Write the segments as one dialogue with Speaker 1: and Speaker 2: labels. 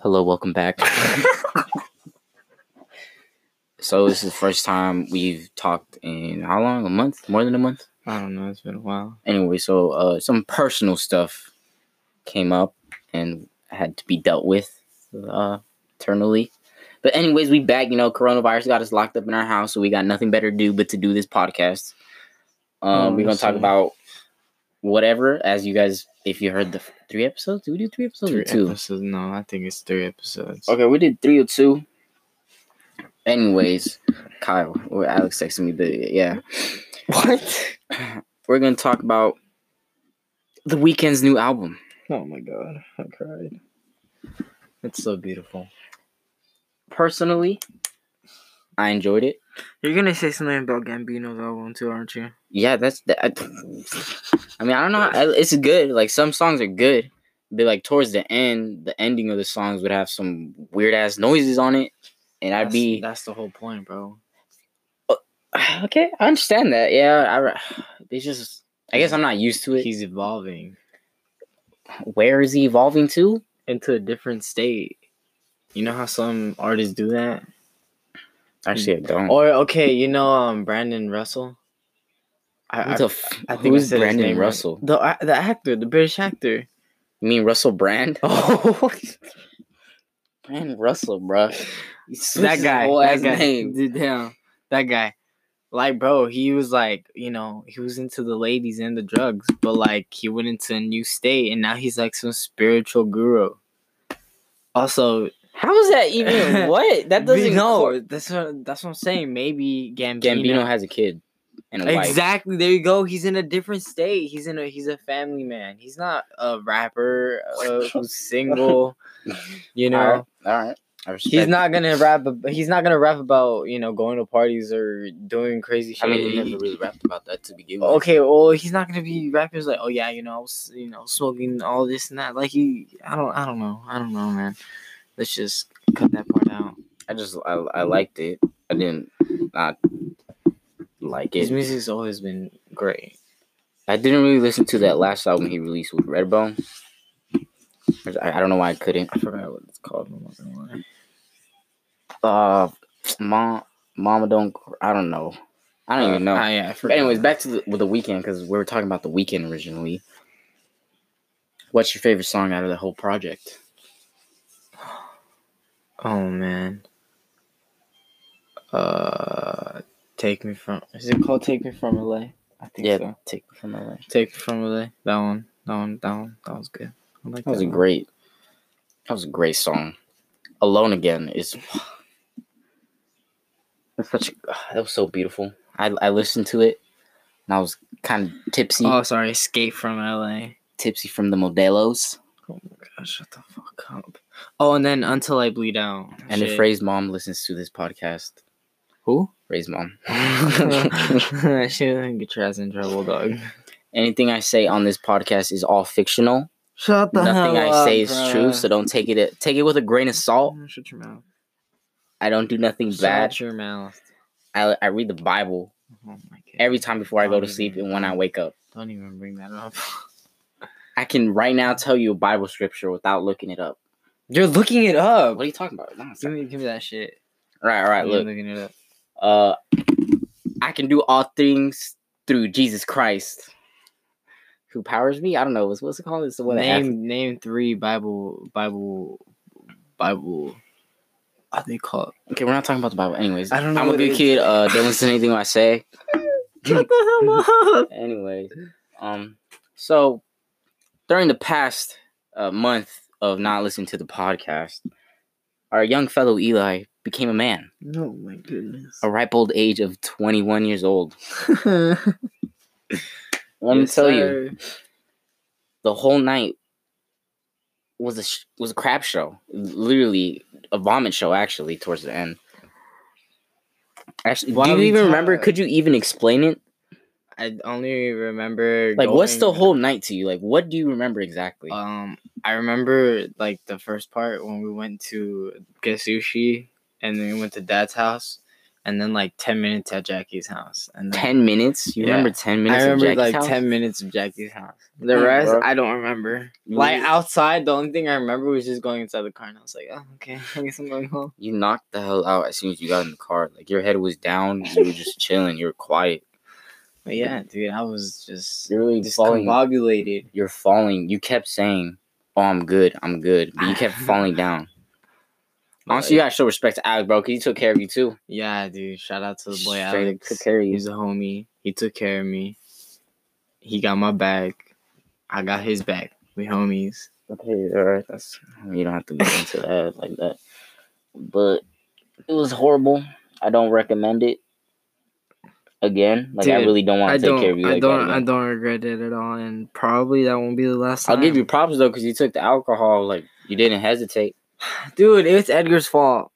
Speaker 1: Hello, welcome back. so this is the first time we've talked in how long? A month? More than a month?
Speaker 2: I don't know. It's been a while.
Speaker 1: Anyway, so uh, some personal stuff came up and had to be dealt with uh, internally. But anyways, we back. You know, coronavirus got us locked up in our house, so we got nothing better to do but to do this podcast. Um, we're gonna talk
Speaker 2: Honestly.
Speaker 1: about whatever. As you guys, if you heard the f- three episodes, did we do three episodes
Speaker 2: Three
Speaker 1: or two?
Speaker 2: episodes? No, I think it's three episodes.
Speaker 1: Okay, we did three or two. Anyways, Kyle or Alex texted me, but yeah,
Speaker 2: What?
Speaker 1: we're gonna talk about the weekend's new album.
Speaker 2: Oh my god, I cried. It's so beautiful.
Speaker 1: Personally, I enjoyed it.
Speaker 2: You're gonna say something about Gambino's album too, aren't you?
Speaker 1: Yeah, that's that. I, I mean, I don't know. I, it's good. Like some songs are good, but like towards the end, the ending of the songs would have some weird ass noises on it, and I'd
Speaker 2: that's,
Speaker 1: be
Speaker 2: That's the whole point, bro.
Speaker 1: okay. I understand that. Yeah, I. re- It's just. I guess I'm not used to it.
Speaker 2: He's evolving
Speaker 1: Where is he evolving to?
Speaker 2: into a different state. You know how some artists do that? Mm.
Speaker 1: Actually, I don't.
Speaker 2: Or okay, you know um Brandon Russell. I,
Speaker 1: Who
Speaker 2: I,
Speaker 1: the f-
Speaker 2: I think I
Speaker 1: who's
Speaker 2: said his
Speaker 1: Brandon
Speaker 2: name right.
Speaker 1: Russell?
Speaker 2: the a- the actor, the British actor.
Speaker 1: You mean Russell Brand?
Speaker 2: Oh,
Speaker 1: Brand Russell, bruh.
Speaker 2: that guy, that guy,
Speaker 1: Name.
Speaker 2: Dude, damn, that guy. Like, bro, he was like, you know, he was into the ladies and the drugs, but like, he went into a new state, and now he's like some spiritual guru. Also,
Speaker 1: How is that even? What? That doesn't.
Speaker 2: know.
Speaker 1: cor-
Speaker 2: that's what that's what I'm saying. Maybe
Speaker 1: Gambino
Speaker 2: Gambino.
Speaker 1: has a kid and a wife.
Speaker 2: Exactly. There you go. He's in a different state. He's in a he's a family man. He's not a rapper uh, who's single. You know.
Speaker 1: All right. I respect
Speaker 2: He's not gonna rap. ab- He's not gonna rap about you know going to parties or doing crazy
Speaker 1: I
Speaker 2: shit.
Speaker 1: mean, he
Speaker 2: He-
Speaker 1: never really rapped about that to begin with.
Speaker 2: okay, well, he's not gonna be rapping like, oh yeah, you know, I was you know smoking all this and that. Like he, I don't, I don't know, I don't know, man. Let's just cut that part out.
Speaker 1: I just I, I liked it. I didn't not like
Speaker 2: His
Speaker 1: it.
Speaker 2: music's always been great.
Speaker 1: I didn't really listen to that last album he released with Redbone. I, I don't know why I couldn't.
Speaker 2: I forgot what it's called. I'm not gonna lie.
Speaker 1: Uh, mom, mama don't. Cr- I don't know. I don't even know.
Speaker 2: Ah, yeah, I
Speaker 1: But
Speaker 2: forgot.
Speaker 1: anyways, back to the, with the weekend because we were talking about the weekend originally. What's your favorite song out of the whole project?
Speaker 2: oh man. Uh, take me from. Is it called Take Me From LA? I think so.
Speaker 1: take me from LA.
Speaker 2: Take from LA. That one. That one. That one. That was good. I like
Speaker 1: That was a
Speaker 2: one.
Speaker 1: great. That was a great song. Alone again is. That's such. A, that was so beautiful. I I listened to it, and I was kind of tipsy,
Speaker 2: Oh, sorry. Escape from LA.
Speaker 1: tipsy from the Modelos.
Speaker 2: Oh my god! Shut the fuck up. Oh, and then until I bleed out.
Speaker 1: And if Ray's mom listens to this podcast,
Speaker 2: who?
Speaker 1: Ray's mom.
Speaker 2: she doesn't get your ass in trouble, dog.
Speaker 1: Anything I say on this podcast is all fictional.
Speaker 2: Shut the
Speaker 1: nothing
Speaker 2: hell
Speaker 1: I say
Speaker 2: up,
Speaker 1: is true,
Speaker 2: bruh.
Speaker 1: so don't take it take it with a grain of salt.
Speaker 2: Oh, Shut your mouth.
Speaker 1: I don't do nothing bad.
Speaker 2: Shut your mouth.
Speaker 1: I, I read the Bible
Speaker 2: Oh my god.
Speaker 1: every time before I go to sleep and when I wake up.
Speaker 2: Don't even bring that up.
Speaker 1: I can right now tell you a Bible scripture without looking it up.
Speaker 2: You're looking it
Speaker 1: What
Speaker 2: up.
Speaker 1: are you talking about? No, it's
Speaker 2: Give
Speaker 1: not-
Speaker 2: me, give me that shit.
Speaker 1: all right, all right.
Speaker 2: You're
Speaker 1: Look,
Speaker 2: looking it up.
Speaker 1: uh, I can do all things through Jesus Christ, who powers me. I don't know what's what's it called. It's the one that
Speaker 2: name
Speaker 1: after-
Speaker 2: name three Bible Bible Bible. What they call
Speaker 1: Okay, we're not talking about the Bible, anyways.
Speaker 2: I don't know
Speaker 1: I'm a
Speaker 2: what it
Speaker 1: good
Speaker 2: is.
Speaker 1: kid. Uh, don't listen to anything I say. Shut
Speaker 2: the hell up.
Speaker 1: Anyways, um, so during the past uh, month of not listening to the podcast, our young fellow Eli became a man,
Speaker 2: No, my goodness.
Speaker 1: a ripe old age of 21 years old.
Speaker 2: Let
Speaker 1: Let me tell you, the whole night was a sh- was a crap show, literally a vomit show. Actually, towards the end. Actually,
Speaker 2: Why
Speaker 1: do you
Speaker 2: we
Speaker 1: even
Speaker 2: tell-
Speaker 1: remember? Could you even explain it?
Speaker 2: I only remember
Speaker 1: Like, what's the
Speaker 2: going-
Speaker 1: whole night to you? Like, what do you remember exactly?
Speaker 2: Um, I remember like the first part when we went to get sushi and then we went to dad's house and then like ten minutes at Jackie's house, and then
Speaker 1: Ten minutes? You
Speaker 2: Yeah.
Speaker 1: remember ten
Speaker 2: I
Speaker 1: minutes? of
Speaker 2: remember
Speaker 1: Jackie's
Speaker 2: like
Speaker 1: house?
Speaker 2: ten minutes of Hmm. Jackie's house. The
Speaker 1: Yeah,
Speaker 2: rest,
Speaker 1: bro.
Speaker 2: I don't remember.
Speaker 1: You-
Speaker 2: Like outside, the only thing I remember was just going inside the car, and I was like, "Oh, okay, I guess I'm going home."
Speaker 1: You knocked the hell out as soon as you got in the car. Like your head was down. You were just chilling. You were quiet.
Speaker 2: But yeah, dude, I was just
Speaker 1: You're really falling.
Speaker 2: discombobulated.
Speaker 1: You're falling. You kept saying, "Oh, I'm good. I'm good," but you kept falling down. Honestly, you
Speaker 2: Like,
Speaker 1: gotta show respect to Alec, bro, because he took care of you too.
Speaker 2: yeah, dude. Shout out to the boy
Speaker 1: Straight up
Speaker 2: Alex.
Speaker 1: took care of you.
Speaker 2: He's a homie. He took care of me. He got my back. I got his back. We homies.
Speaker 1: Okay, all right. That's you don't have to get into that like that. But it was horrible. I don't recommend it. Again, like I
Speaker 2: Dude,
Speaker 1: really don't want to take care of you. like that again.
Speaker 2: don't regret it at all, and probably that won't be the last
Speaker 1: I'll give you props though, because you took the alcohol. Like you didn't hesitate.
Speaker 2: dude. It's Edgar's fault.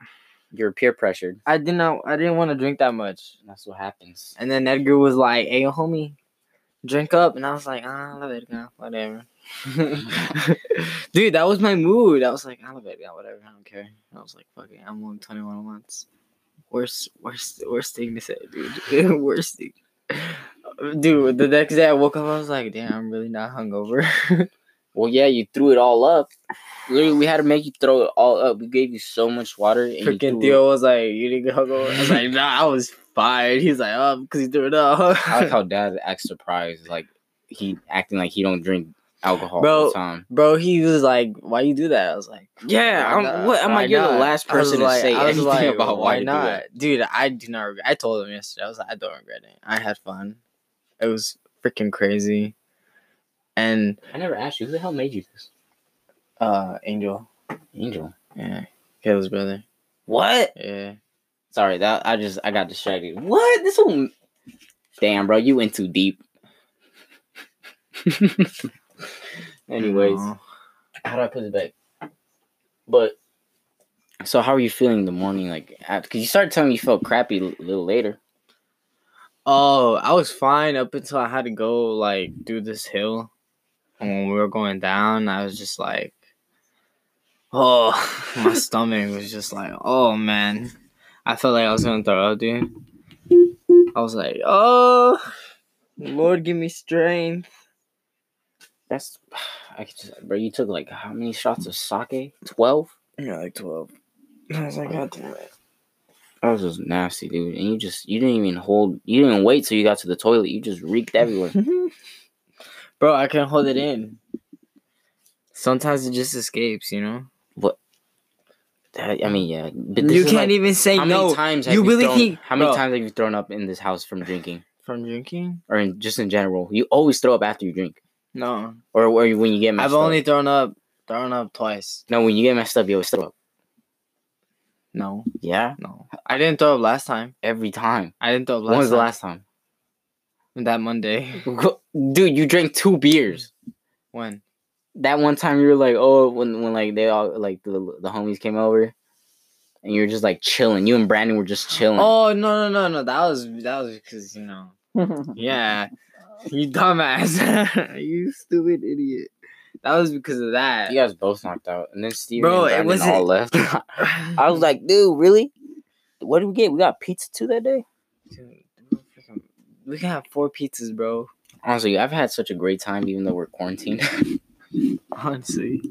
Speaker 1: You're peer pressured.
Speaker 2: I did not. I didn't want to drink that much.
Speaker 1: That's what happens.
Speaker 2: And then Edgar was like, "Hey, homie, drink up," and I was like, "Ah, "I love Edgar, whatever." Dude, that was my mood. I was like, "I love Edgar, whatever. I don't care." And I was like, "Fuck it, I'm only 21 months." Worst, worst, worst thing to say, dude. worst thing. Dude, the next day I woke up, I was like, "Damn, I'm really not hungover."
Speaker 1: Well, yeah, you threw it all up. Literally, we had to make you throw it all up. We gave you so much water. And you
Speaker 2: Freaking
Speaker 1: threw it-
Speaker 2: Theo was like, "You didn't get hungover." I was like, "Nah, I was fired." He's like, "Oh, because he threw it up."
Speaker 1: I like how Dad acts surprised. Like he acting like he don't drink alcohol all
Speaker 2: Bro,
Speaker 1: the time.
Speaker 2: Bro, he was like, "Why you do that?" I was like,
Speaker 1: Yeah,
Speaker 2: Why
Speaker 1: I'm,
Speaker 2: not?
Speaker 1: what? I'm
Speaker 2: Why
Speaker 1: like, you're the
Speaker 2: not?
Speaker 1: last
Speaker 2: I was
Speaker 1: person to
Speaker 2: like-
Speaker 1: say
Speaker 2: I was
Speaker 1: anything
Speaker 2: like,
Speaker 1: about why, you do
Speaker 2: not,
Speaker 1: that.
Speaker 2: dude. I do not. Regret. I told him yesterday. I was like, I don't regret it. I had fun. It was freaking crazy. And
Speaker 1: I never asked you who the hell made you this,
Speaker 2: uh, Angel,
Speaker 1: Angel.
Speaker 2: yeah, Kayla's brother,
Speaker 1: What?
Speaker 2: yeah.
Speaker 1: Sorry, that I just I got distracted. What? This one. Damn, bro, you went too deep. Anyways,
Speaker 2: Aw.
Speaker 1: how do I put it back? But so, how are you feeling in the morning? Like, because you started telling me you felt crappy a little later.
Speaker 2: Oh, I was fine up until I had to go like do this hill. And when we were going down, I was just like, oh, my stomach was just like, oh man, I felt like I was gonna throw up, dude. I was like, oh, Lord, give me strength.
Speaker 1: That's, I could just, bro. You took like how many shots of sake? Twelve.
Speaker 2: Yeah, like twelve. I was like, God damn it.
Speaker 1: That was just nasty, dude. And you just you didn't even hold. You didn't wait till you got to the toilet. You just reeked everywhere.
Speaker 2: Bro, I can't hold it in. Sometimes it just escapes, you know.
Speaker 1: That- I mean, yeah. But this
Speaker 2: You
Speaker 1: is
Speaker 2: can't
Speaker 1: like-
Speaker 2: even say
Speaker 1: How
Speaker 2: no
Speaker 1: many times have
Speaker 2: you
Speaker 1: you,
Speaker 2: really
Speaker 1: thrown,
Speaker 2: think-
Speaker 1: How many
Speaker 2: bro.
Speaker 1: times have you thrown up in this house from drinking,
Speaker 2: from drinking.
Speaker 1: or in, just in general? You always throw up after you drink,
Speaker 2: No,
Speaker 1: or where you, when you get messed
Speaker 2: I've
Speaker 1: up.
Speaker 2: only thrown up, thrown up twice.
Speaker 1: no when you get messed up, you always throw up.
Speaker 2: No,
Speaker 1: Yeah,
Speaker 2: no, I didn't throw up last time.
Speaker 1: every time.
Speaker 2: I didn't throw up last.
Speaker 1: when was the
Speaker 2: time.
Speaker 1: last time,
Speaker 2: That Monday.
Speaker 1: dude? You drank two beers.
Speaker 2: When?
Speaker 1: That one time you were like, oh, when when like they all like the the homies came over, and you were just like chilling. You and Brandon were just chilling.
Speaker 2: Oh no no no no! That was that was because you know. Yeah, you dumbass! you stupid idiot! That was because of that.
Speaker 1: You guys both knocked out, and then Steven
Speaker 2: Bro, it
Speaker 1: and Brandon all left. I
Speaker 2: I
Speaker 1: was like, dude, really? What did we get? We got pizza too that day.
Speaker 2: we can have four pizzas, bro.
Speaker 1: Honestly, I've had such a great time, even though we're quarantined.
Speaker 2: Honestly,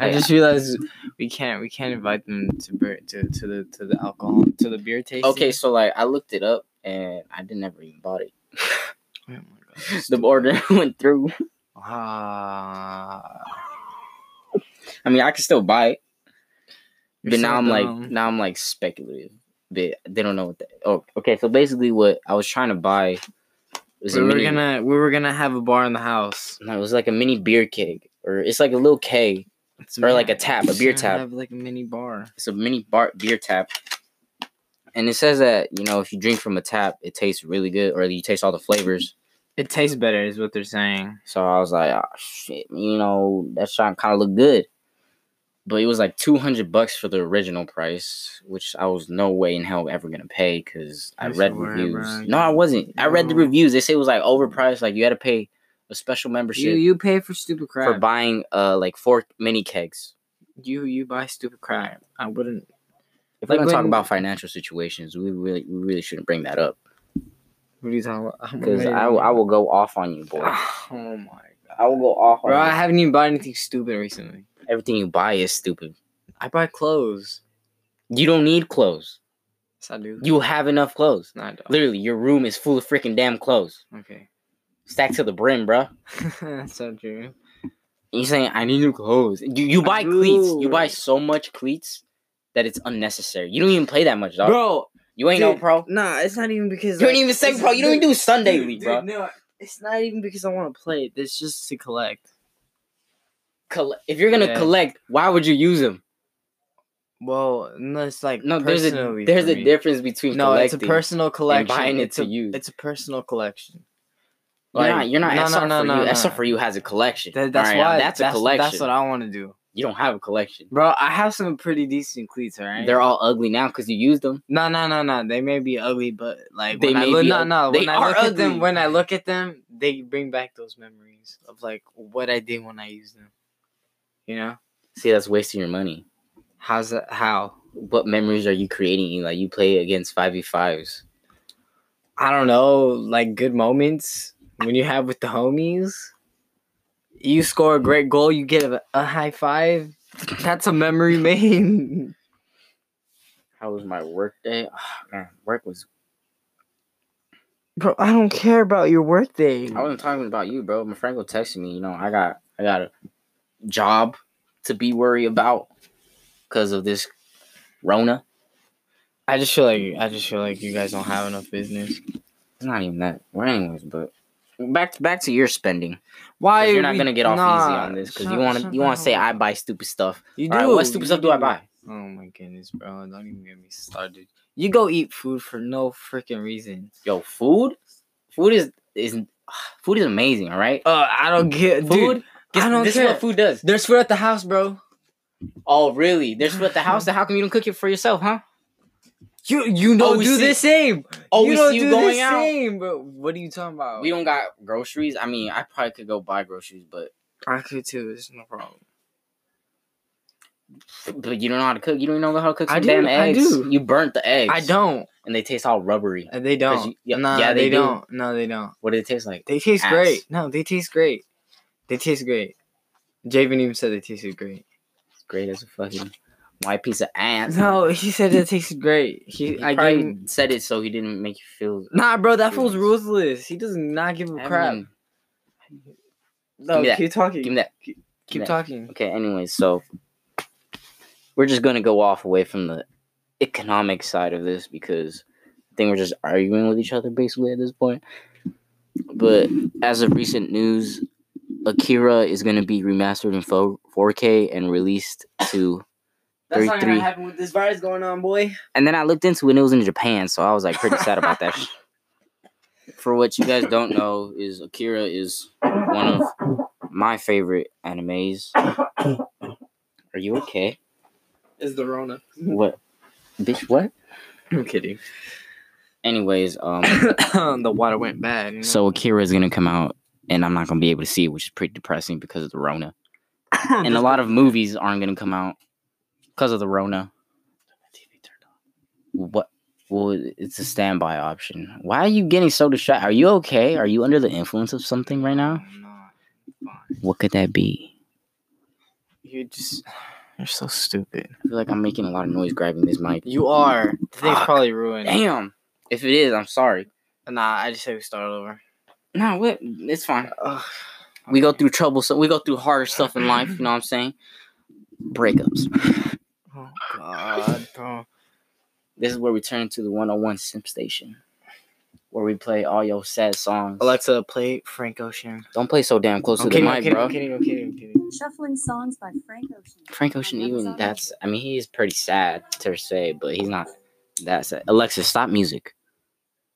Speaker 2: I
Speaker 1: Yeah.
Speaker 2: just realized we can't we can't invite them to beer to, to the to the alcohol to the beer tasting.
Speaker 1: okay, so like I looked it up, and I didn't ever even bought it.
Speaker 2: Oh my god.
Speaker 1: The order went through.
Speaker 2: Ah.
Speaker 1: I mean, I could still buy it,
Speaker 2: You're
Speaker 1: but now
Speaker 2: so
Speaker 1: I'm like
Speaker 2: dumb.
Speaker 1: now I'm like speculative. But they don't know what. The, oh, okay. So basically, what I was trying to buy was
Speaker 2: we
Speaker 1: a
Speaker 2: were
Speaker 1: mini,
Speaker 2: gonna we were gonna have a bar in the house
Speaker 1: no, it was like a mini beer keg, or it's like a little keg.
Speaker 2: It's
Speaker 1: Or like
Speaker 2: mini-
Speaker 1: a tap, a
Speaker 2: we
Speaker 1: beer
Speaker 2: should
Speaker 1: tap.
Speaker 2: Have like a mini bar.
Speaker 1: it's a mini bar beer tap. And it says that, you know, if you drink from a tap, it tastes really good or you taste all the flavors.
Speaker 2: It tastes better, is what they're saying.
Speaker 1: So I was like, oh, shit, you know, that shot kind of looked good. But it was like 200 bucks for the original price, which I was no way in hell ever going to pay because I
Speaker 2: You
Speaker 1: read
Speaker 2: sure,
Speaker 1: reviews.
Speaker 2: bro?
Speaker 1: No, I wasn't. I read the
Speaker 2: No.
Speaker 1: reviews. They say it was like overpriced. Like you had to pay a special
Speaker 2: You
Speaker 1: membership
Speaker 2: you pay for stupid crap.
Speaker 1: for buying uh like four mini kegs.
Speaker 2: you you buy stupid crap. I wouldn't.
Speaker 1: If
Speaker 2: Like
Speaker 1: we're gonna talk
Speaker 2: when-
Speaker 1: about financial situations, we really we really shouldn't bring that up
Speaker 2: What are you talking about? I'm
Speaker 1: because
Speaker 2: ready.
Speaker 1: I, will- I will go off on you, boy. Oh.
Speaker 2: Oh my god.
Speaker 1: I will go off
Speaker 2: Bro, I
Speaker 1: on
Speaker 2: haven't even bought anything stupid recently.
Speaker 1: you. Everything you buy is stupid.
Speaker 2: I buy clothes.
Speaker 1: You don't need clothes.
Speaker 2: Yes, I do.
Speaker 1: You have enough clothes.
Speaker 2: No, I don't.
Speaker 1: Literally, your room is full of freaking damn clothes,
Speaker 2: Okay.
Speaker 1: stacked to the brim, bruh.
Speaker 2: That's not true.
Speaker 1: And you're saying I need new clothes. You you buy cleats. You buy
Speaker 2: do.
Speaker 1: so much cleats that it's unnecessary. You don't even play that much, dog.
Speaker 2: Bro,
Speaker 1: you ain't no
Speaker 2: dude,
Speaker 1: pro.
Speaker 2: nah, it's not even because.
Speaker 1: You don't even say pro. You don't even do Sunday league, bro.
Speaker 2: No, it's not even because I want to play it. It's just to collect.
Speaker 1: Colle- if you're gonna
Speaker 2: Yeah.
Speaker 1: collect, why would you use them?
Speaker 2: Well, no, it's like
Speaker 1: No, there's a
Speaker 2: personally
Speaker 1: there's
Speaker 2: for
Speaker 1: a
Speaker 2: me.
Speaker 1: difference between
Speaker 2: No, it's a
Speaker 1: collecting.
Speaker 2: personal collection.
Speaker 1: buying it
Speaker 2: it's
Speaker 1: to
Speaker 2: a,
Speaker 1: use.
Speaker 2: It's a personal collection.
Speaker 1: You're
Speaker 2: Like,
Speaker 1: not. You're not.
Speaker 2: no,
Speaker 1: No,
Speaker 2: no,
Speaker 1: SR
Speaker 2: no,
Speaker 1: for
Speaker 2: no,
Speaker 1: you.
Speaker 2: no.
Speaker 1: SR for you has a collection.
Speaker 2: That, that's
Speaker 1: Alright, now
Speaker 2: why.
Speaker 1: That's, a collection.
Speaker 2: That's what I want to do,
Speaker 1: you don't have a collection.
Speaker 2: bro. I have some pretty decent cleats, all right?
Speaker 1: They're all ugly now because you used them.
Speaker 2: No, no, no, no. They may be ugly, but like
Speaker 1: They
Speaker 2: when I
Speaker 1: may
Speaker 2: look,
Speaker 1: be
Speaker 2: no,
Speaker 1: ug-
Speaker 2: no.
Speaker 1: they
Speaker 2: When I
Speaker 1: are
Speaker 2: look at
Speaker 1: ugly.
Speaker 2: them, when I look at them, they bring back those memories of like what I did when I used them. You know
Speaker 1: See, that's wasting your money.
Speaker 2: how's that? How
Speaker 1: What memories are you creating? Like you play against five v fives.
Speaker 2: I don't know, like good moments when you have with the homies. You score a great goal, you get a, a high five. That's a memory made.
Speaker 1: How was my work day? Ah, man, work was.
Speaker 2: Bro, I don't care about your work day.
Speaker 1: I wasn't talking about you, bro. My friend go texted me. You know, I got I got a job to be worried about because of this Rona.
Speaker 2: I just feel like I just feel like you guys don't have enough business.
Speaker 1: It's not even that. Well, anyways, but back back to your spending.
Speaker 2: Why
Speaker 1: 'Cause
Speaker 2: are
Speaker 1: You're not
Speaker 2: we-
Speaker 1: gonna get off easy
Speaker 2: Nah,
Speaker 1: on this because you
Speaker 2: shut-
Speaker 1: want to
Speaker 2: shut
Speaker 1: you want to
Speaker 2: down.
Speaker 1: say I buy stupid stuff.
Speaker 2: You do.
Speaker 1: All right, what stupid
Speaker 2: you
Speaker 1: stuff do I buy?
Speaker 2: Oh my goodness, bro! Don't even get me started. You go eat food for no freaking reason.
Speaker 1: Yo, food, food is is food is amazing. All right,
Speaker 2: Uh, I don't get
Speaker 1: food.
Speaker 2: Dude, I don't
Speaker 1: this is
Speaker 2: care.
Speaker 1: what food does.
Speaker 2: There's food at the house, bro.
Speaker 1: Oh, really? There's food at the house. Then how come you don't cook it for yourself, huh?
Speaker 2: You you don't
Speaker 1: we
Speaker 2: do
Speaker 1: see-
Speaker 2: the same.
Speaker 1: Oh,
Speaker 2: you
Speaker 1: we
Speaker 2: don't
Speaker 1: see you
Speaker 2: do
Speaker 1: going
Speaker 2: the
Speaker 1: out.
Speaker 2: same, bro. What are you talking about?
Speaker 1: We don't got groceries. I mean, I probably could go buy groceries, but
Speaker 2: I could too. It's no problem.
Speaker 1: but you don't know how to cook. You don't even know how to cook
Speaker 2: I
Speaker 1: some
Speaker 2: do,
Speaker 1: damn
Speaker 2: I
Speaker 1: eggs.
Speaker 2: do.
Speaker 1: You burnt the eggs.
Speaker 2: I don't.
Speaker 1: And they taste all rubbery.
Speaker 2: Uh, They
Speaker 1: Cause
Speaker 2: don't.
Speaker 1: you- yeah-
Speaker 2: nah,
Speaker 1: yeah,
Speaker 2: they,
Speaker 1: they do.
Speaker 2: don't. No, they don't.
Speaker 1: What did it taste like?
Speaker 2: They taste
Speaker 1: Ass.
Speaker 2: great. No, they taste great. They taste great. Javen even said they tasted great.
Speaker 1: It's great as a fucking white piece of ass.
Speaker 2: No, he said it tasted great. He,
Speaker 1: He
Speaker 2: I
Speaker 1: probably
Speaker 2: gave him-
Speaker 1: said it so he didn't make you feel.
Speaker 2: Nah, bro, that fool's
Speaker 1: Feelings.
Speaker 2: ruthless. He does not give a crap.
Speaker 1: Everyone-
Speaker 2: No,
Speaker 1: give me that.
Speaker 2: keep talking.
Speaker 1: Give me that.
Speaker 2: keep
Speaker 1: that.
Speaker 2: talking.
Speaker 1: Okay. Anyway, so we're just gonna go off away from the economic side of this because I think we're just arguing with each other basically at this point. But as of recent news, Akira is gonna be remastered in fo- 4K and released to. That's not gonna 33.
Speaker 2: happen with this virus going on, boy.
Speaker 1: And then I looked into it and it was in Japan, so I was like pretty sad about that. sh- For what you guys don't know is Akira is one of my favorite animes. Are you okay?
Speaker 2: It's the Rona.
Speaker 1: What? Bitch, what?
Speaker 2: I'm kidding.
Speaker 1: Anyways, um
Speaker 2: the water went bad. you know?
Speaker 1: so Akira is gonna come out and I'm not gonna be able to see it, which is pretty depressing because of the Rona. And a lot of movies aren't gonna come out because of the Rona. What well it's a standby option. Why are you getting so distracted? Are you okay? Are you under the influence of something right now?
Speaker 2: I'm not fine.
Speaker 1: What could that be?
Speaker 2: You just, you're so stupid.
Speaker 1: I feel like I'm making a lot of noise grabbing this mic.
Speaker 2: You are. The thing's
Speaker 1: Fuck.
Speaker 2: probably ruined.
Speaker 1: Damn. If it is, I'm sorry.
Speaker 2: Nah, I just say we start over.
Speaker 1: Nah, what? It's fine.
Speaker 2: Ugh.
Speaker 1: We go through trouble. So we go through harder stuff in life. You know what I'm saying? Breakups.
Speaker 2: Oh God, bro.
Speaker 1: This is where we turn into the 101 Simp Station, where we play all your sad songs.
Speaker 2: Alexa, play Frank Ocean.
Speaker 1: Don't play so damn close
Speaker 2: I'm
Speaker 1: to the
Speaker 2: kidding, I'm
Speaker 1: mic,
Speaker 2: kidding,
Speaker 1: bro.
Speaker 2: I'm kidding, I'm kidding, I'm kidding.
Speaker 3: Shuffling songs by Frank Ocean.
Speaker 1: Frank Ocean, even that's. I mean, he is pretty sad to say, but he's not that sad. Alexa, stop music.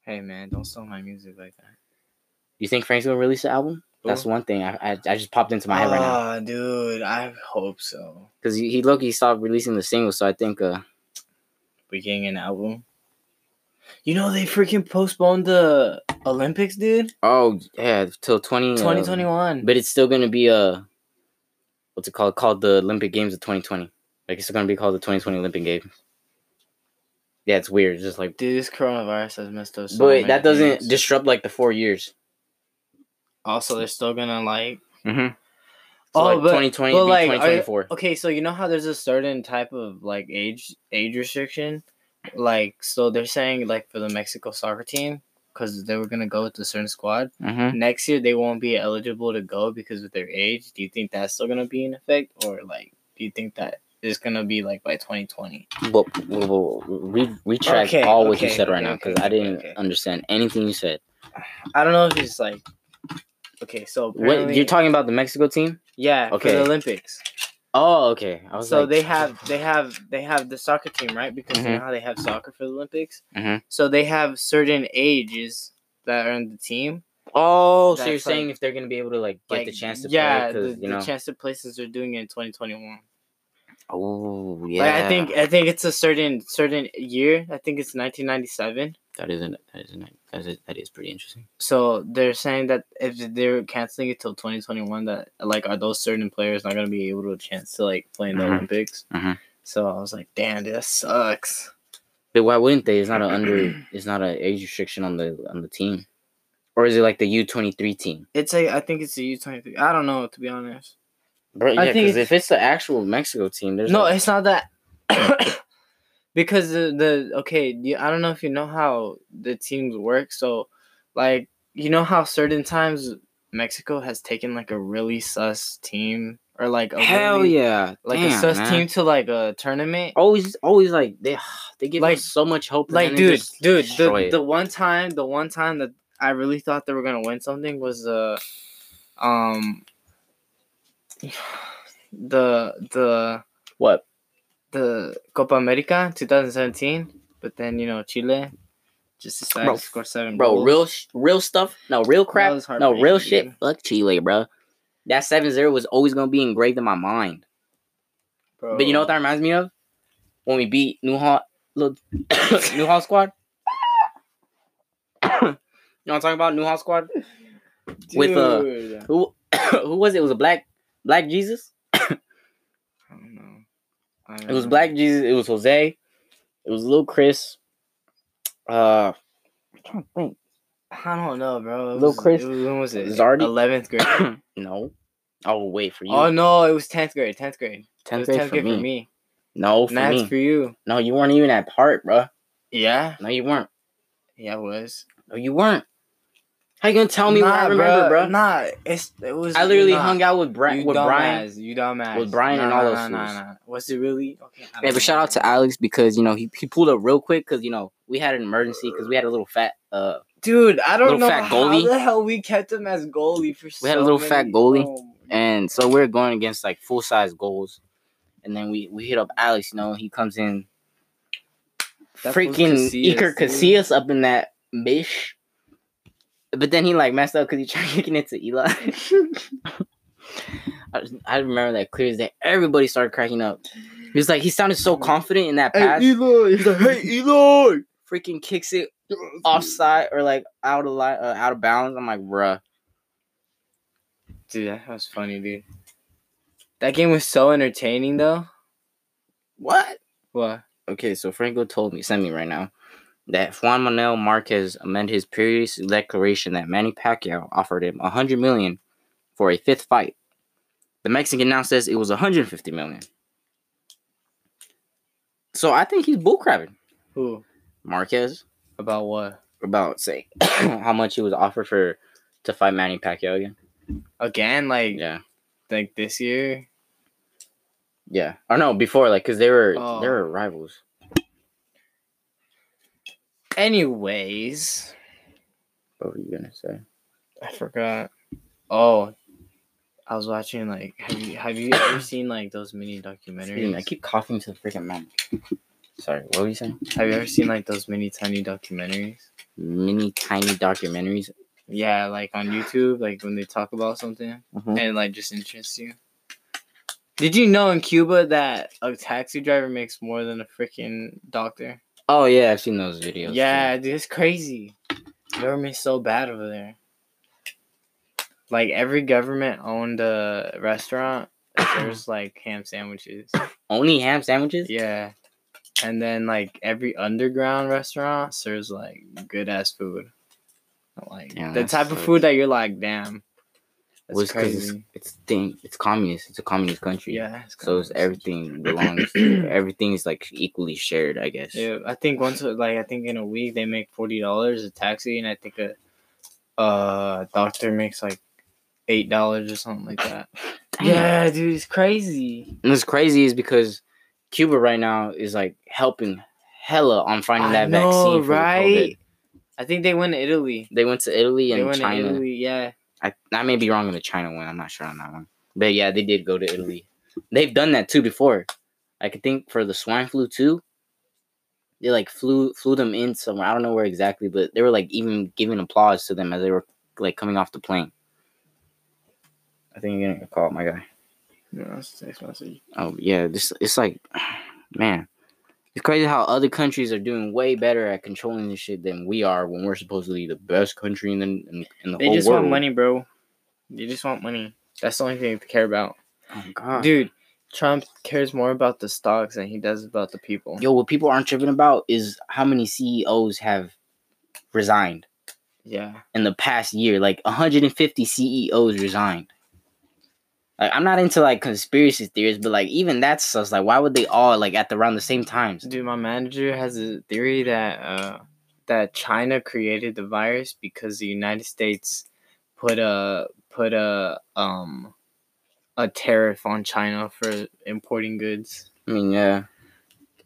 Speaker 2: Hey man, don't steal my music like that.
Speaker 1: You think Frank's gonna release the album? That's
Speaker 2: Who?
Speaker 1: one thing I, I I just popped into my head right now
Speaker 2: Ah, dude, I hope so.
Speaker 1: because he, he Loki stopped releasing the single, so I think uh
Speaker 2: We getting an album. You know they freaking postponed the Olympics, dude.
Speaker 1: Oh yeah, till twenty
Speaker 2: Twenty
Speaker 1: uh,
Speaker 2: twenty one.
Speaker 1: But it's still gonna be uh, a what's it called? Called the Olympic Games of twenty twenty. Like it's still gonna be called the twenty twenty Olympic Games. Yeah, it's weird. It's just like,
Speaker 2: Dude, this coronavirus has messed up. So
Speaker 1: but
Speaker 2: many
Speaker 1: that doesn't
Speaker 2: things.
Speaker 1: disrupt like the four years.
Speaker 2: also, they're still gonna like.
Speaker 1: Mm-hmm.
Speaker 2: Oh,
Speaker 1: like,
Speaker 2: but-
Speaker 1: 2020
Speaker 2: but,
Speaker 1: to be
Speaker 2: like, are-
Speaker 1: 2024.
Speaker 2: Okay, so you know how there's a certain type of like age age restriction, like so they're saying like for the Mexico soccer team because they were gonna go with a certain squad
Speaker 1: mm-hmm.
Speaker 2: next year they won't be eligible to go because of their age. Do you think that's still gonna be in effect or like do you think that is gonna be like by 2020?
Speaker 1: But, whoa, whoa, whoa, re- retract
Speaker 2: Okay,
Speaker 1: all what you
Speaker 2: okay,
Speaker 1: said right
Speaker 2: okay,
Speaker 1: now
Speaker 2: okay,
Speaker 1: because I
Speaker 2: okay,
Speaker 1: didn't
Speaker 2: okay.
Speaker 1: understand anything you said.
Speaker 2: I don't know if it's like okay. So
Speaker 1: What
Speaker 2: apparently-
Speaker 1: you're talking about the Mexico team?
Speaker 2: Yeah,
Speaker 1: Okay.
Speaker 2: for the Olympics.
Speaker 1: Oh, okay. I was
Speaker 2: so
Speaker 1: like,
Speaker 2: they have they have they have the soccer team right because you
Speaker 1: Mhm.
Speaker 2: know how they have soccer for the Olympics.
Speaker 1: Mhm.
Speaker 2: So they have certain ages that are in the team.
Speaker 1: Oh, so you're
Speaker 2: That's
Speaker 1: saying
Speaker 2: like-
Speaker 1: if they're gonna be able to like get
Speaker 2: Like,
Speaker 1: the chance to
Speaker 2: yeah,
Speaker 1: play, because
Speaker 2: the,
Speaker 1: you know.
Speaker 2: the chance to play since they're doing it in 2021.
Speaker 1: oh yeah.
Speaker 2: Like I think I think it's a certain certain year. I think it's 1997.
Speaker 1: that isn't that isn't that is, that is pretty interesting.
Speaker 2: So they're saying that if they're canceling it till 2021, that like are those certain players not gonna be able to a chance to like play in the
Speaker 1: Mhm.
Speaker 2: Olympics?
Speaker 1: Mhm.
Speaker 2: So I was like, damn, dude, that sucks.
Speaker 1: But why wouldn't they? It's not a under. It's not an age restriction on the on the team, or is it like the U twenty three team?
Speaker 2: It's a I think it's the U23. I don't know to be honest.
Speaker 1: Bro,
Speaker 2: I
Speaker 1: yeah,
Speaker 2: think
Speaker 1: because
Speaker 2: it's-
Speaker 1: if it's the actual Mexico team, there's
Speaker 2: no,
Speaker 1: like-
Speaker 2: it's not that. because the, the okay, you, I don't know if you know how the teams work. So, like, you know how certain times Mexico has taken like a really sus team or like a
Speaker 1: hell
Speaker 2: really-
Speaker 1: yeah,
Speaker 2: like
Speaker 1: Damn,
Speaker 2: a sus
Speaker 1: man.
Speaker 2: team to like a tournament.
Speaker 1: Always, always like they they give
Speaker 2: Like-
Speaker 1: us so much hope. and
Speaker 2: like,
Speaker 1: then they
Speaker 2: dude,
Speaker 1: just
Speaker 2: dude,
Speaker 1: destroy
Speaker 2: the,
Speaker 1: it.
Speaker 2: the one time, the one time that I really thought they were gonna win something was the, um, the the
Speaker 1: what?
Speaker 2: the Copa America 2017, but then you know Chile just decided
Speaker 1: Bro,
Speaker 2: to score seven.
Speaker 1: bro
Speaker 2: goals.
Speaker 1: real sh- real stuff no real crap
Speaker 2: was
Speaker 1: no real
Speaker 2: heartbreaking,
Speaker 1: shit
Speaker 2: dude.
Speaker 1: fuck chile bro that 7-0 was always going to be engraved in my mind
Speaker 2: Bro.
Speaker 1: but you know what that reminds me of when we beat newhall little newhall squad you know what i'm talking about newhall squad with, uh,
Speaker 2: Dude.
Speaker 1: who who was it? it was a black black jesus
Speaker 2: I don't know. I
Speaker 1: it was
Speaker 2: don't
Speaker 1: black jesus it was jose it was little chris uh i'm trying to think
Speaker 2: know. I don't know, bro. It
Speaker 1: Lil
Speaker 2: was,
Speaker 1: Chris
Speaker 2: It was, when was it?
Speaker 1: Zardi?
Speaker 2: Eleventh grade.
Speaker 1: no oh wait for you
Speaker 2: oh no, it was tenth grade. Tenth grade. It
Speaker 1: 10th
Speaker 2: was
Speaker 1: grade,
Speaker 2: tenth
Speaker 1: for,
Speaker 2: grade
Speaker 1: me.
Speaker 2: for me.
Speaker 1: no for
Speaker 2: And that's
Speaker 1: me
Speaker 2: for you.
Speaker 1: no you weren't even at part bruh.
Speaker 2: Yeah.
Speaker 1: no you weren't
Speaker 2: Yeah, it was.
Speaker 1: No, you weren't. How you gonna tell me what I
Speaker 2: Nah,
Speaker 1: remember, bro?
Speaker 2: Nah, it's it was.
Speaker 1: I literally
Speaker 2: nah.
Speaker 1: hung out with Bri-
Speaker 2: You
Speaker 1: with Brian.
Speaker 2: dumbass, You dumbass.
Speaker 1: with Brian
Speaker 2: Nah,
Speaker 1: and all
Speaker 2: nah,
Speaker 1: those
Speaker 2: Nah, nah,
Speaker 1: fools.
Speaker 2: nah. Was it really? Okay. I
Speaker 1: Yeah,
Speaker 2: don't
Speaker 1: but shout out
Speaker 2: remember.
Speaker 1: to Alex because you know he, he pulled up real quick because you know we had an emergency because we had a little fat uh
Speaker 2: Dude, I
Speaker 1: Little
Speaker 2: don't know
Speaker 1: fat
Speaker 2: how
Speaker 1: goalie.
Speaker 2: the hell we kept him as goalie for so
Speaker 1: had a little fat
Speaker 2: many-
Speaker 1: goalie,
Speaker 2: oh my
Speaker 1: and so we we're going against like full size goals, and then we we hit up Alex. You know he comes in,
Speaker 2: That fool's
Speaker 1: freaking
Speaker 2: Casillas,
Speaker 1: Iker
Speaker 2: dude.
Speaker 1: Casillas up in that bish. But then he like messed up because he tried kicking it to Eli. I, I remember that clear as day. Everybody started cracking up. He was like, he sounded so confident in that pass.
Speaker 2: God. Hey, Eloy.
Speaker 1: He's like, "Hey,
Speaker 2: Eloy.
Speaker 1: freaking kicks it offside or like out of line, uh, out of bounds. I'm like, bruh.
Speaker 2: Dude, that was funny, dude. That game was so entertaining, though.
Speaker 1: What?
Speaker 2: What?
Speaker 1: Okay, so Franco told me, send me right now, that Juan Manuel Marquez amended his previous declaration that Manny Pacquiao offered him 100 million for a fifth fight. The Mexican now says it was 150 million. So I think he's bullcrapping
Speaker 2: Who?
Speaker 1: Marquez
Speaker 2: About what?
Speaker 1: about saying how much he was offered for to fight Manny Pacquiao again.
Speaker 2: Again, like
Speaker 1: Yeah.
Speaker 2: like this year.
Speaker 1: Yeah. Or no, before like cuz they were
Speaker 2: Oh.
Speaker 1: they were rivals.
Speaker 2: Anyways,
Speaker 1: What were you going to Oh, say?
Speaker 2: I forgot. Oh, I was watching like have you have you ever seen like those mini
Speaker 1: Excuse me, I
Speaker 2: documentaries?
Speaker 1: keep coughing to the freaking mouth. Sorry, what were you saying?
Speaker 2: Have you ever seen like those mini tiny documentaries?
Speaker 1: Mini tiny documentaries.
Speaker 2: Yeah, like on YouTube, like when they talk about something
Speaker 1: Mhm.
Speaker 2: and it, like just interests you. Did you know in Cuba that a taxi driver makes more than a freaking doctor?
Speaker 1: Oh yeah, I've seen those videos. too.
Speaker 2: Yeah, dude, it's crazy. Government's so bad over there. Like every government owned uh, restaurant serves like ham sandwiches.
Speaker 1: Only ham sandwiches?
Speaker 2: Yeah. And then like every underground restaurant serves like good ass food. Like
Speaker 1: Damn,
Speaker 2: the
Speaker 1: that
Speaker 2: type of
Speaker 1: sucks.
Speaker 2: food that you're like, damn. That's
Speaker 1: Well, it's 'cause
Speaker 2: crazy.
Speaker 1: It's, it's thing. It's communist. It's a communist country.
Speaker 2: yeah. it's
Speaker 1: So it's
Speaker 2: kinda-
Speaker 1: everything belongs. everything is like equally shared, I guess.
Speaker 2: Yeah, I think once like I think in a week they make forty dollars a taxi, and I think a uh doctor makes like eight dollars or something like that.
Speaker 1: Damn.
Speaker 2: Yeah, dude, it's crazy.
Speaker 1: And what's crazy is because Cuba right now is like helping hella on finding
Speaker 2: I
Speaker 1: that
Speaker 2: know,
Speaker 1: vaccine for right?
Speaker 2: right? I think they went to Italy.
Speaker 1: They went to Italy
Speaker 2: They
Speaker 1: and
Speaker 2: went
Speaker 1: China.
Speaker 2: to Italy. Yeah,
Speaker 1: I, I may be wrong on the China one. I'm not sure on that one. But yeah, they did go to Italy. They've done that too before. I could think for the swine flu too. They like flew flew them in somewhere. I don't know where exactly, but they were like even giving applause to them as they were like coming off the plane. I think you're getting a call, my guy.
Speaker 2: no, that's a text message.
Speaker 1: Oh yeah, this it's like, man, it's crazy how other countries are doing way better at controlling this shit than we are when we're supposedly the best country in the in, in the
Speaker 2: They
Speaker 1: whole
Speaker 2: just
Speaker 1: world.
Speaker 2: want money, bro. They just want money. That's the only thing they care about,
Speaker 1: Oh, God.
Speaker 2: dude. Trump cares more about the stocks than he does about the people.
Speaker 1: Yo, what people aren't tripping about is how many CEOs have resigned
Speaker 2: Yeah,
Speaker 1: in the past year. Like 150 CEOs E resigned. Like I'm not into like conspiracy theories, but like even that's sus. Like why would they all like at the, around the same times?
Speaker 2: Dude, my manager has a theory that uh, that China created the virus because the United States put a put a um a tariff on China for importing goods.
Speaker 1: I mean, yeah,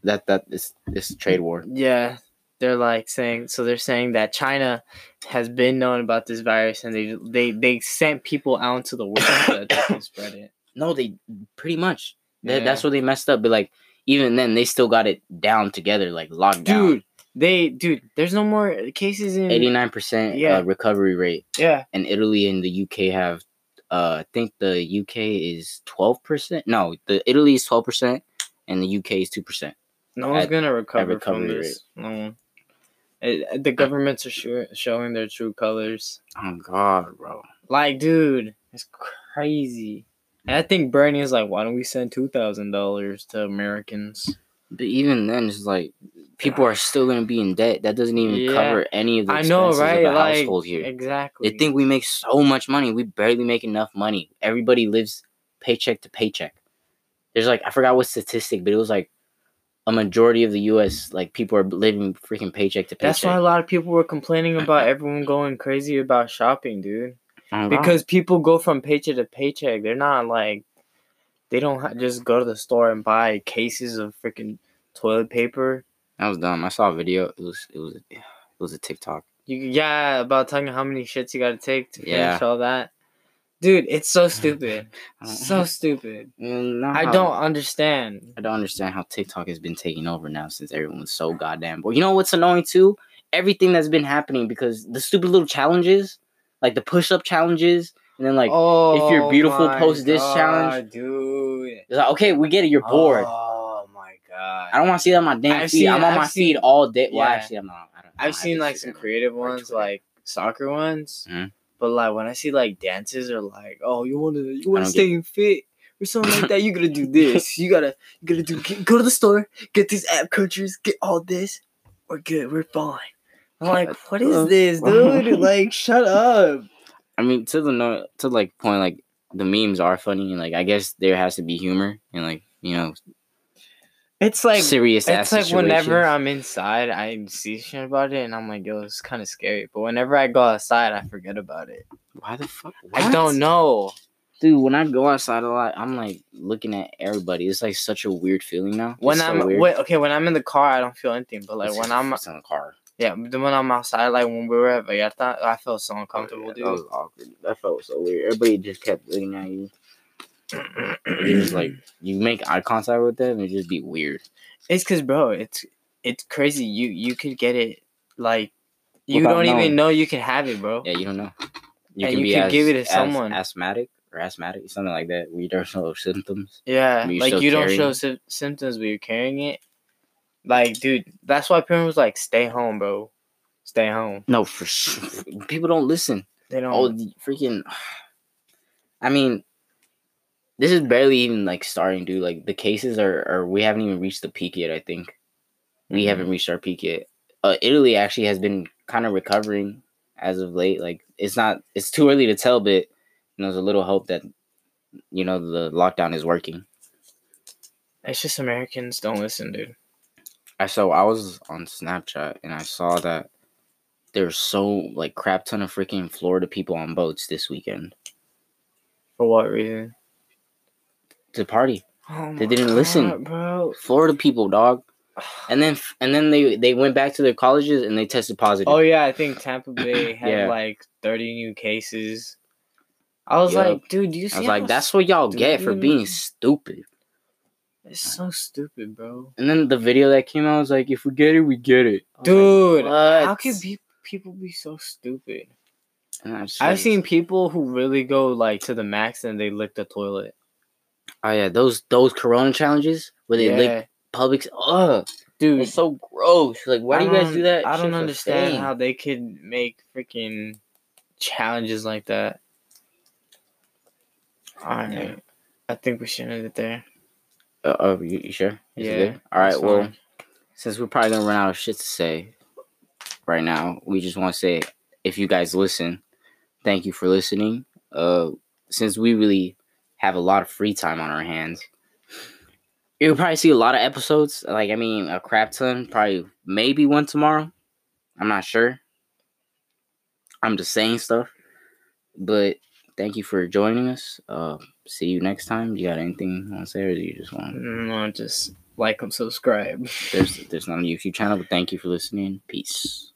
Speaker 1: that that is this trade war.
Speaker 2: Yeah, they're like saying so. They're saying that China has been known about this virus and they they they sent people out into the world to attack and spread it.
Speaker 1: No, they pretty much. That,
Speaker 2: Yeah.
Speaker 1: That's where they messed up. But like even then, they still got it down together, like locked down.
Speaker 2: dude. They dude, there's no more cases in.
Speaker 1: Eighty nine percent uh,
Speaker 2: Yeah.
Speaker 1: recovery rate.
Speaker 2: Yeah,
Speaker 1: and Italy and the UK have uh I think the UK is 12%. No, the Italy is 12% and the UK is 2%.
Speaker 2: No one's
Speaker 1: at-
Speaker 2: gonna recover from
Speaker 1: recovery rate.
Speaker 2: this. No one. It- the governments are sure, showing their true colors.
Speaker 1: Oh god, bro.
Speaker 2: Like, dude, it's crazy. And I think Bernie is like, why don't we send two thousand dollars to Americans?
Speaker 1: But even then it's like people are still going to be in debt. That doesn't even
Speaker 2: Yeah.
Speaker 1: cover any of the
Speaker 2: I
Speaker 1: expenses
Speaker 2: know, right?
Speaker 1: of the
Speaker 2: Like,
Speaker 1: household here.
Speaker 2: exactly.
Speaker 1: They think we make so much money. We barely make enough money. Everybody lives paycheck to paycheck. There's like I forgot what statistic, but it was like a majority of the US like people are living freaking paycheck to paycheck.
Speaker 2: that's why a lot of people were complaining about everyone going crazy about shopping, dude.
Speaker 1: Oh, God.
Speaker 2: Because people go from paycheck to paycheck. They're not like, they don't ha- just go to the store and buy cases of freaking toilet paper.
Speaker 1: That was dumb. I saw a video. It was it was it was a TikTok.
Speaker 2: You yeah, about talking how many shits you gotta take to finish
Speaker 1: Yeah. Uh-huh.
Speaker 2: all that. Dude, it's so stupid.
Speaker 1: I don't-
Speaker 2: so stupid.
Speaker 1: Mm, no,
Speaker 2: I don't understand.
Speaker 1: I don't understand how TikTok has been taking over now since everyone's so goddamn bored. You know what's annoying too? Everything that's been happening because the stupid little challenges, like the push up challenges, and then like
Speaker 2: oh,
Speaker 1: you're beautiful,
Speaker 2: my
Speaker 1: post this challenge.
Speaker 2: God, dude.
Speaker 1: it's like okay, we get it. You're bored.
Speaker 2: Oh my god.
Speaker 1: I don't want to see that on my damn
Speaker 2: I've
Speaker 1: feed.
Speaker 2: seen-
Speaker 1: I'm on
Speaker 2: I've
Speaker 1: my feed
Speaker 2: seen-
Speaker 1: all day. Well,
Speaker 2: yeah.
Speaker 1: actually, I'm not. I don't, I don't
Speaker 2: I've
Speaker 1: have
Speaker 2: seen like
Speaker 1: Instagram.
Speaker 2: some creative
Speaker 1: or
Speaker 2: ones,
Speaker 1: Twitter.
Speaker 2: like soccer ones.
Speaker 1: Mhm.
Speaker 2: But like when I see like dances or like, oh, you wanna you wanna
Speaker 1: don't get
Speaker 2: stay fit or something like that, you gotta do this. You gotta you gotta do get, go to the store, get these app coaches, get all this. We're good. We're fine. I'm like, what is this, dude? like, shut up.
Speaker 1: I mean, to the no, to like point, like the memes are funny, and like I guess there has to be humor and like you know
Speaker 2: It's like
Speaker 1: serious.
Speaker 2: it's like whenever I'm inside, I see shit about it, and I'm like, yo, it's kind of scary. But whenever I go outside, I forget about it.
Speaker 1: Why the fuck?
Speaker 2: I don't know.
Speaker 1: dude. When I go outside a lot, I'm like looking at everybody. It's like such a weird feeling now.
Speaker 2: When
Speaker 1: It's so
Speaker 2: I'm
Speaker 1: weird.
Speaker 2: wait, okay, when I'm in the car, I don't feel anything. But like
Speaker 1: It's
Speaker 2: when
Speaker 1: just-
Speaker 2: I'm
Speaker 1: it's in the car,
Speaker 2: Yeah, but then when I'm outside, like when we were at Vallarta, I felt so uncomfortable,
Speaker 1: That was awkward. That felt so weird. Everybody just kept looking at you. It was
Speaker 2: dude.
Speaker 1: like you make eye contact with them, and it just be weird.
Speaker 2: it's because, bro, it's it's crazy. You you could get it, like you
Speaker 1: Without
Speaker 2: don't
Speaker 1: knowing.
Speaker 2: even know you can have it, bro.
Speaker 1: Yeah, you don't know. You
Speaker 2: And you could give it to
Speaker 1: as
Speaker 2: someone.
Speaker 1: asthmatic or asthmatic, something like that. We don't know symptoms.
Speaker 2: Yeah,
Speaker 1: But you're
Speaker 2: like
Speaker 1: still
Speaker 2: you don't
Speaker 1: carrying
Speaker 2: show
Speaker 1: it.
Speaker 2: sy- symptoms, but you're carrying it. Like, dude, that's why parents was like, "Stay home, bro, stay home."
Speaker 1: No, for sure. People don't listen.
Speaker 2: They don't.
Speaker 1: Oh, the freaking. I mean, this is barely even like starting, dude. Like the cases are, are we haven't even reached the peak yet. I think We haven't reached our peak yet. Uh, Italy actually has been kind of recovering as of late. Like it's not it's too early to tell, but you know, there's a little hope that you know the lockdown is working.
Speaker 2: It's just Americans don't listen, dude.
Speaker 1: I so I was on Snapchat and I saw that there's so like crap ton of freaking Florida people on boats this weekend
Speaker 2: For what reason?
Speaker 1: to party.
Speaker 2: Oh
Speaker 1: They
Speaker 2: my
Speaker 1: didn't listen.
Speaker 2: God, bro.
Speaker 1: Florida people, dog. And then and then they they went back to their colleges and they tested positive.
Speaker 2: Oh yeah, I think Tampa Bay had
Speaker 1: Yeah.
Speaker 2: like thirty new cases. I was
Speaker 1: Yup.
Speaker 2: like, dude, do you see?
Speaker 1: I was
Speaker 2: how
Speaker 1: like, that's what y'all get for
Speaker 2: stupid-
Speaker 1: being stupid.
Speaker 2: It's so stupid, bro.
Speaker 1: And then the video that came out was like, if we get it, we get it. I was like,
Speaker 2: Dude, how
Speaker 1: "What?"
Speaker 2: can be- people be so stupid?
Speaker 1: And I just
Speaker 2: I've
Speaker 1: was-
Speaker 2: seen people who really go like to the max and they lick the toilet.
Speaker 1: Oh yeah, those those Corona challenges where they lick Publix. Ugh,
Speaker 2: dude.
Speaker 1: it's so gross. Like, why
Speaker 2: I
Speaker 1: do you guys
Speaker 2: don't-
Speaker 1: do that?
Speaker 2: I
Speaker 1: shit
Speaker 2: don't
Speaker 1: for
Speaker 2: understand
Speaker 1: fame?
Speaker 2: how they could make freaking challenges like that. All right,
Speaker 1: Yeah.
Speaker 2: I think we should end it there.
Speaker 1: Uh, oh, you, you sure? Is it
Speaker 2: Yeah,
Speaker 1: good? All right.
Speaker 2: That's
Speaker 1: Well,
Speaker 2: fine.
Speaker 1: since we're probably gonna run out of shit to say right now, we just want to say if you guys listen, thank you for listening. Uh, since we really have a lot of free time on our hands, you'll probably see a lot of episodes. Like, I mean, a crap ton. Probably maybe one tomorrow. I'm not sure. I'm just saying stuff, but thank you for joining us. Uh, see you next time. You got anything you want to say, or do you just want?
Speaker 2: no, Mm, just like and subscribe.
Speaker 1: There's there's not a YouTube channel, but thank you for listening. Peace.